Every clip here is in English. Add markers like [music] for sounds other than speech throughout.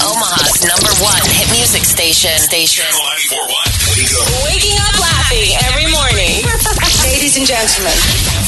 Omaha's number one hit music station. Station. Waking up laughing every morning. Ladies and gentlemen,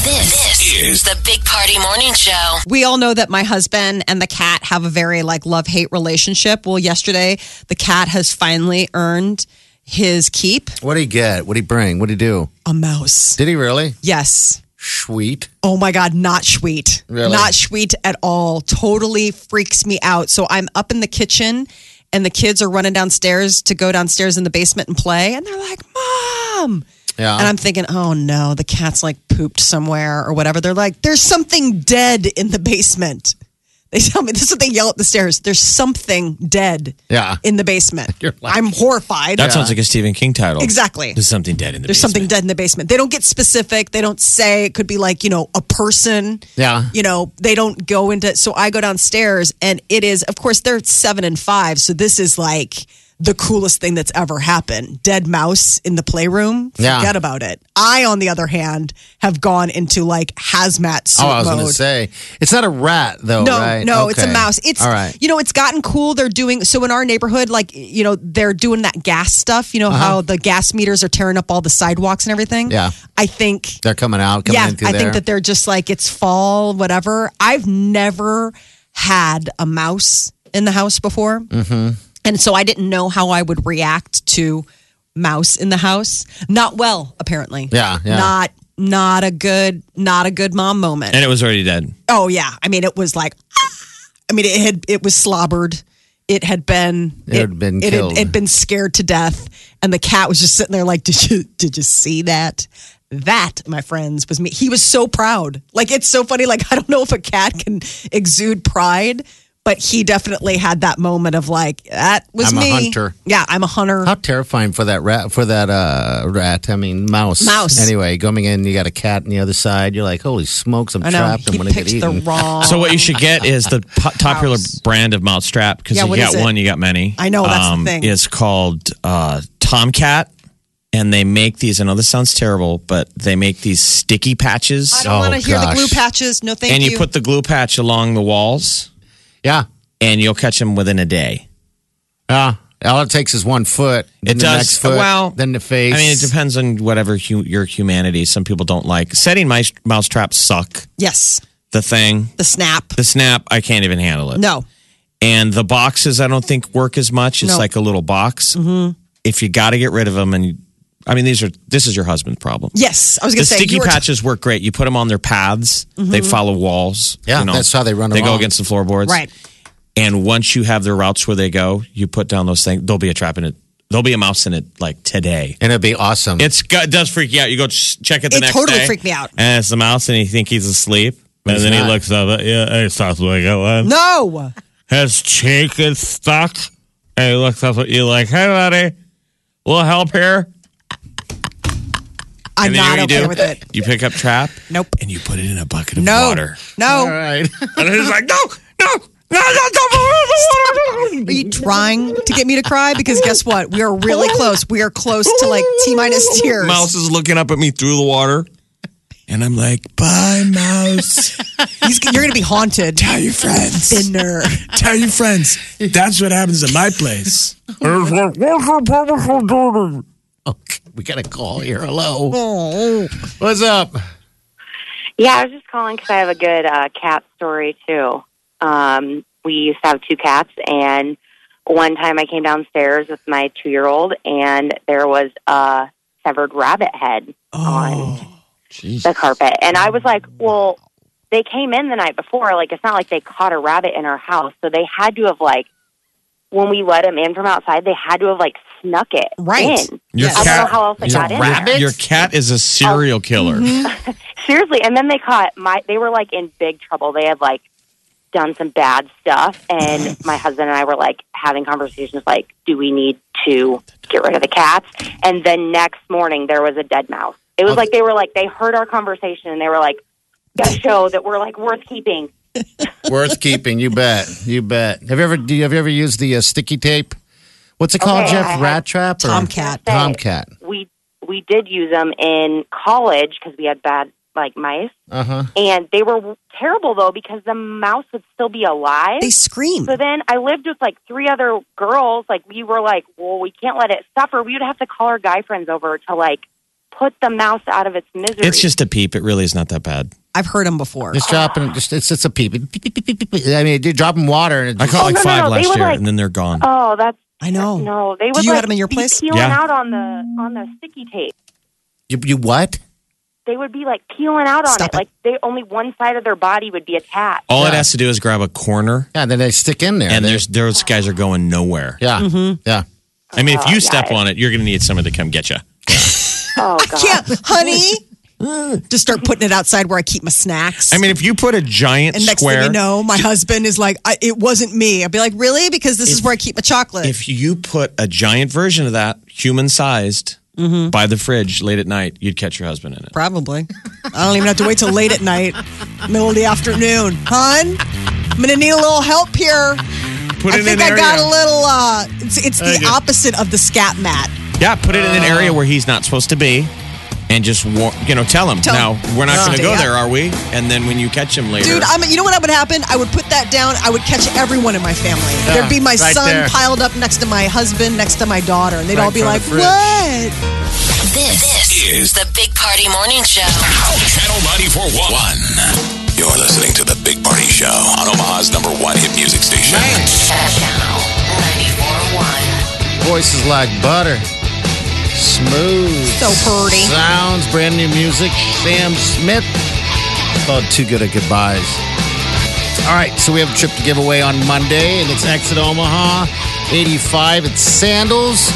This is the Big Party Morning Show. We all know that my husband and the cat have a very like love hate relationship. Well, yesterday the cat has finally earned his keep What did he get? What did he bring? What did he do? a mouse. Did he really? Yes. Sweet. Oh my God, not sweet. Really? Not sweet at all. Totally freaks me out. So I'm up in the kitchen and the kids are running downstairs to go downstairs in the basement and play. And they're like, Mom. Yeah. And I'm thinking, oh no, the cat's like pooped somewhere or whatever. They're like, there's something dead in the basement. They tell me this is what they yell up the stairs. There's something dead Yeah. in the basement. [laughs] You're like- I'm horrified. That sounds like a Stephen King title. Exactly. There's something dead in the There's something dead in the basement. They don't get specific. They don't say it could be like, you know, a person. Yeah. You know, they don't go into so I go downstairs and it is of course they're 7 and 5, so this is like the coolest thing that's ever happened. Dead mouse in the playroom. Yeah. Forget about it. I on the other hand have gone into like hazmat suit Oh, I was mode. going to say it's not a rat though, No, right? no, it's a Okay. mouse. It's all right. you know, it's gotten cool. They're doing so in our neighborhood, like you know, they're doing that gas stuff. You know how the gas meters are tearing up all the sidewalks and everything. Uh-huh. Yeah. I think. They're coming out. Coming yeah, in through I there. think that they're just like it's fall, whatever. I've never had a mouse in the house before, mm-hmm. and so I didn't know how I would react to mouse in the house. Not well, apparently. Yeah, yeah. Not not a good not a good mom moment. And it was already dead. Oh yeah, I mean it was like, ah! I mean it had it was slobbered. It had been It had been it killed. Had, it had been scared to death, and the cat was just sitting there like, did you did you see that? That, my friends, was me. He was so proud. Like it's so funny. Like [laughs] I don't know if a cat can exude pride, but he definitely had that moment of like, that was I'm a me. hunter. Yeah, I'm a hunter. How terrifying for that rat, for that uh, rat, I mean, mouse. Mouse. Anyway, coming in, you got a cat on the other side. You're like, holy smokes, I'm I know. trapped. He I'm going to picked get the eaten. wrong. So what you should get is the po- [laughs] popular brand of mouse trap because Yeah, you what got is it? one, you got many. Um, I know, that's the thing. It's called uh, Tomcat, and they make these. I know this sounds terrible, but they make these sticky patches, I don't want to Oh, hear the gosh. glue patches. No, thank and you, you. put the glue patch along the walls, Yeah. and you'll catch them within a day. Yeah. All it takes is one foot. Then It the does. Next foot, well, then the face. I mean, it depends on whatever hu- your humanity. Some people don't like setting mice mouse traps. Suck yes, the thing. the snap. The snap, I can't even handle it. No, And the boxes, I don't think work as much. It's No. like a little box. Mm-hmm. If you got to get rid of them, and you- I mean, these are this is your husband's problem. Yes, I was The going to say sticky you Mm-hmm. were- patches work great. You put them on their paths; they follow walls. Yeah, you know. that's how they run They go along. against the floorboards, right? And once you have their routes where they go, you put down those things. There'll be a trap in it. There'll be a mouse in it like today. and it'd be awesome. It's got- it does freak you out. You go ch- check it the It next totally day, freaked me out. And it's the mouse, and you think he's asleep, and He's then not. he looks up. At, yeah, hey, stop like that. No, his cheek is stuck. And he looks up at you like, hey, buddy, little help here. I'm and then not you okay do, with it. You pick up trap. Nope. And you put it in a bucket of No, water. all no. right. [laughs] And he's like, no, no, no, no, no, no, Are you trying to get me to cry? Because guess what? We are really close. We are close to like T minus tears. Mouse is looking up at me through the water. And I'm like, bye, [laughs] mouse. He's, you're gonna be haunted. Tell your friends. Dinner. Tell your friends. That's what happens at my place. Okay, we got a call here. Hello. Mm-hmm. What's up? Yeah, I was just calling because I have a good uh, cat story too. Um, we used to have two cats, and one time I came downstairs with my two-year-old, and there was a severed rabbit head on the carpet, and I was like, "Well, they came in the night before. Like, it's not like they caught a rabbit in our house, so they had to have like." When we let them in from outside, they had to have like snuck it Right. in. Your I don't cat- know how else it your got in. Oh. Mm-hmm. there. rabbit? Your cat is a serial killer. Seriously, and then they caught my. They were like in big trouble. They had like done some bad stuff. And my husband and I were like having conversations like, do we need to get rid of the cats? And then next morning, there was a dead mouse. It was like they were like, they heard our conversation and they were like, gotta show that we're like worth keeping. Worth keeping, you bet, you bet. Have you ever? Do you, have you ever used the uh, sticky tape? What's it called, Okay, Jeff? I have- Rat trap or Tomcat. Tomcat. We, we did use them in college because we had bad like mice. Uh huh. And they were terrible though because the mouse would still be alive. They scream. So then I lived with like three other girls. Like we were like, well, we can't let it suffer. We would have to call our guy friends over to like put the mouse out of its misery. It's just a peep. It really is not that bad. I've heard them before. Just dropping. Just it's it's a peep. Beep, beep, beep, beep, beep. I mean, you drop 'em water and it I just, caught like Oh, no, no, five no, they last would, year, like- and then they're gone. oh, that's I know. no. They Do would you like, have 'em in your be place? peeling Yeah. out on the on the sticky tape. you, you what? They would be like peeling out on Stop it. Like they only one side of their body would be attached. [laughs] All it Yeah. has to do is grab a corner, Yeah, then they stick in there. and They- there's those guys are going nowhere. yeah, yeah. I mean, if Uh, you yeah, step it- on it, you're going to need someone to come get you. Oh god. Yeah, [laughs] honey. Just start putting it outside where I keep my snacks. I mean, if you put a giant and next square, thing you know, my husband is like, I, "It wasn't me." I'd be like, "Really?" Because this is where I keep my chocolate. if you put a giant version of that, human sized, Mm-hmm. by the fridge late at night, you'd catch your husband in it. Probably. I don't even have to wait till late at night, middle of the afternoon, hon. I'm gonna need a little help here. Put I it think in an I got area. a little. Uh, it's it's the Okay. opposite of the scat mat. Yeah, put it in an area where he's not supposed to be, and just war- you know tell him. Tell now him. we're not Yeah. going to go Yeah. there, are we? And then when you catch him later, Dude, I'm, you know what would happen? I would put that down. I would catch everyone in my family. There'd be my right son there. piled up next to my husband, next to my daughter, and they'd Right all be in like, front of the "What?" This, is the Big Party Morning Show. Channel 941. You're listening to the Big Party Show on Omaha's number one hit music station. Channel 94.1. Voices like butter, smooth, So purty. sounds, brand new music. Sam Smith called "Too Good at Goodbyes." All right, so we have a trip to give away on Monday, and it's Exit Omaha, 85 at Sandals.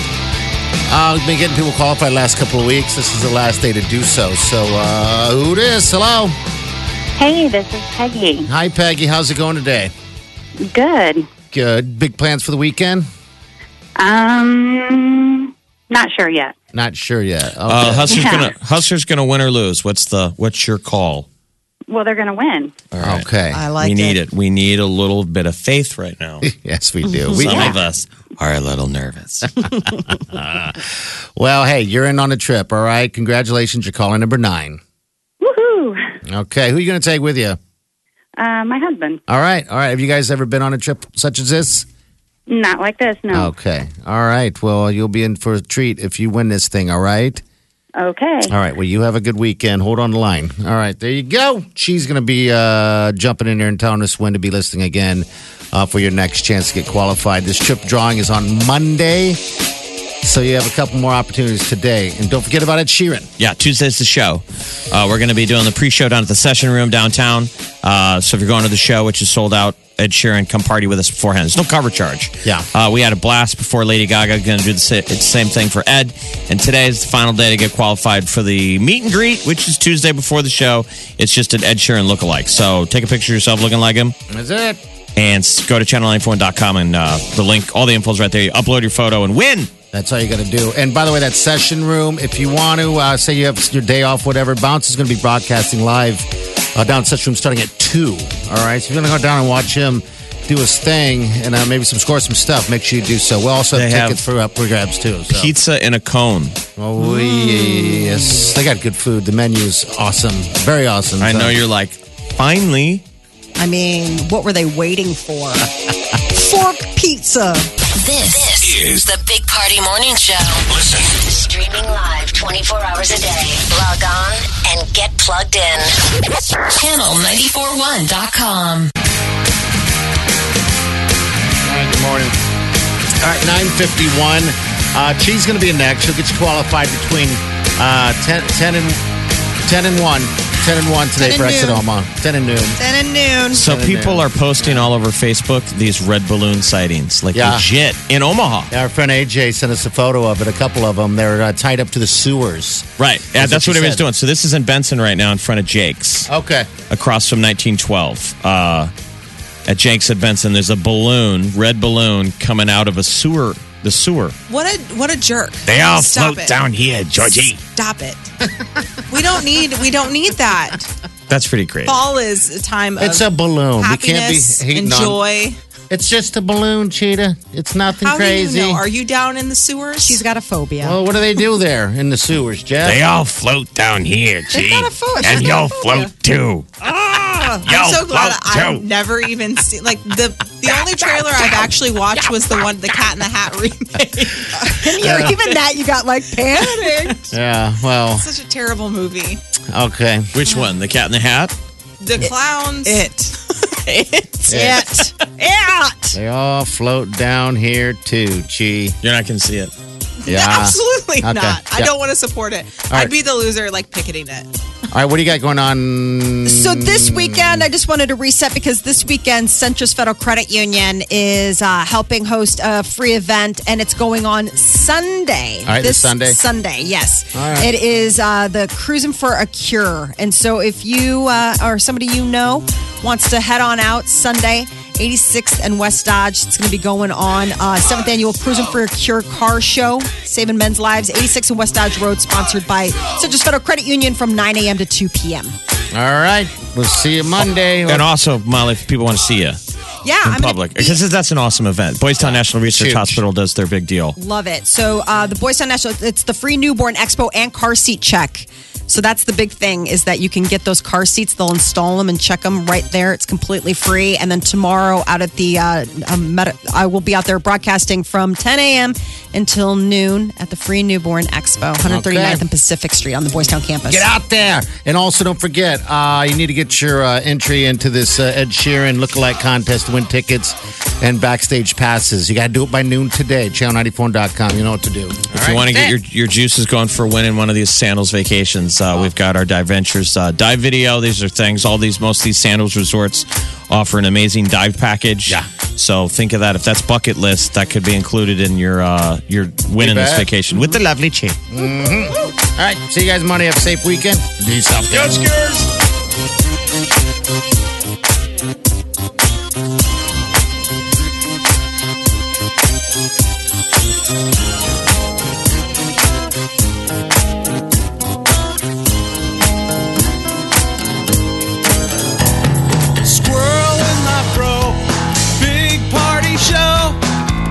Uh, we've been getting people qualified last couple of weeks. This is the last day to do so. So, uh, who this? Hello. Hey, this is Peggy. Hi, Peggy. How's it going today? Good. Good. Big plans for the weekend? Um, not sure yet. Not sure yet. Okay. uh, Hustler's Yeah. gonna Hustler's gonna win or lose. What's the what's your call? Well, they're going to win. All right. Okay. I like we it. need it. We need a little bit of faith [laughs] right now. [laughs] Yes, we [laughs] do. We, Some of us are a little nervous. Well, hey, you're in on a trip, all right? Congratulations, you're calling number nine. Woohoo! Okay, who are you going to take with you? Uh, my husband. All right, all right. Have you guys ever been on a trip such as this? Not like this. No. Okay, all right. Well, you'll be in for a treat if you win this thing, all right? Okay. All right, well, you have a good weekend. Hold on the line. All right, there you go. She's going to be uh, jumping in there and telling us when to be listening again uh, for your next chance to get qualified. This trip drawing is on Monday, so you have a couple more opportunities today. And don't forget about Ed Sheeran. Yeah, Tuesday's the show. Uh, we're going to be doing the pre-show down at the Session Room downtown. Uh, so if you're going to the show, which is sold out, Ed Sheeran, come party with us beforehand. There's no cover charge. Yeah. uh, we had a blast before Lady Gaga. Going to do the sa- it's the same thing for Ed. And today is the final day to get qualified for the meet and greet, which is Tuesday before the show. It's just an Ed Sheeran lookalike. So take a picture of yourself looking like him That's it. and s- go to channel94.com and uh, the link, all the info's right there. You upload your photo and win. That's all you got to do. And by the way, that session room, if you want to uh, say you have your day off, whatever, Bounce is going to be broadcasting live uh, down at session room starting at 2. All right. So if you're going to go down and watch him do his thing and uh, maybe some score some stuff, make sure you do so. We'll also have They have tickets for up for grabs too. So. Pizza in a cone. Oh, yes. They got good food. The menu's awesome. Very awesome. I So- know you're like, finally. I mean, what were they waiting for? Fork pizza. This, is the Big Party Morning Show. Listen. Streaming live 24 hours a day. Log on and get plugged in. Channel941.com. All right, good morning. All right, 951. Uh, Chi's going to be next. She'll get you qualified between uh, 10, 10 and 10 and 1. 10 and 1 10 today and for Exit noon. Omaha. 10 and noon. Ten and noon. So Seven people are days. posting all over Facebook these red balloon sightings, like Yeah. legit in Omaha. Our friend AJ sent us a photo of it, a couple of them. They're uh, tied up to the sewers. Right. Yeah, That's that's what what she everybody's said. Oh. doing. So this is in Benson right now in front of Jake's, Okay. across from 1912. Uh, at Jenks at Benson. There's a balloon, red balloon, coming out of a sewer. The sewer. What a what a jerk. They all Stop float it. down here, Georgie. Stop it. we don't need we don't need that. That's pretty creative. Fall is a time of It's a balloon. We can't be happiness hating and on- joy. It's just a balloon, Cheetah. It's nothing How crazy. do you know? Are you down in the sewers? She's got a phobia. well, what do they do there in the sewers, Jeff? They all float down here, G. got a foot. They've And got a Ah, you'll float too. I'm so Yo, glad Flo, I've too. never even seen like the the only trailer I've actually watched was the one the Cat in the Hat [laughs] remake. And you're [laughs] even that you got like panicked. Yeah, well, Such a terrible movie. okay. Which one? The Cat in the Hat. The clowns. It. It. It. It. They all float down here too, Chi. You're not gonna see it. Yeah. [laughs] Absolutely Okay. not. I Uh, Yeah. don't want to support it. All right. I'd be the loser like picketing it. All right, what do you got going on? So this weekend, I just wanted to reset because this weekend, Centris Federal Credit Union is uh, helping host a free event, and it's going on Sunday. All right, this Sunday. Sunday, yes. All right. It is uh, the Cruising for a Cure, and so if you uh, or somebody you know wants to head on out Sunday. 86th and West Dodge. It's going to be going on uh, seventh annual Cruising for a Cure Car Show, saving men's lives. 86th and West Dodge Road, sponsored by Centris Federal Credit Union from 9 a.m. to 2 p.m. All right, we'll see you Monday. And also, Molly, if people want to see you Yeah, in I'm gonna public, be- because that's an awesome event. Boys Town National Research Huge. Hospital does their big deal. love it. So uh, the Boys Town National, it's the free newborn expo and car seat check. So that's the big thing is that you can get those car seats. They'll install them and check them right there. It's completely free. And then tomorrow out at the, uh, um, meta- I will be out there broadcasting from 10 a.m. until noon at the Free Newborn Expo, 139th Okay. and Pacific Street on the Boys Town campus. Get out there. And also, don't forget, uh, you need to get your uh, entry into this uh, Ed Sheeran lookalike contest to win tickets and backstage passes. You got to do it by noon today. Channel94.com. You know what to do. If you want to get your, your juices going for a win in one of these sandals vacations, uh, we've got our Dive Ventures uh, dive video. These are things, all these, most of these sandals resorts offer an amazing dive package. Yeah. So think of that. If that's bucket list, that could be included in your uh, your win You in this bet. vacation with the lovely chick. All right. See you guys Monday. Have a safe weekend. Do yourself good. Squirrel in my fro. Big party show.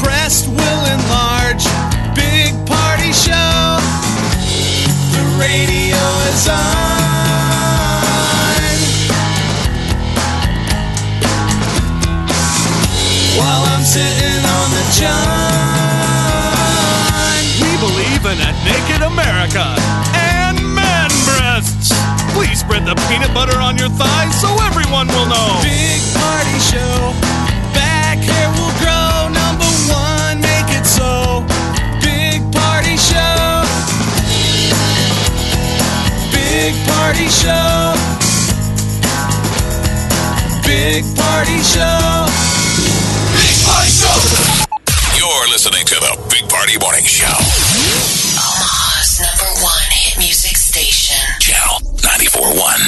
Breast will enlarge. Big party show. The radio is on. While I'm sitting on the john. We believe in a naked America and man breasts. Please spread the peanut butter on your thighs so everyone will know. Big party show. Back hair will grow. Number one, make it so. Big party show. Big party show. Big party show. Big Party Show. You're listening to the Big Party Morning Show. Omaha's number one hit music station. Channel 94.1.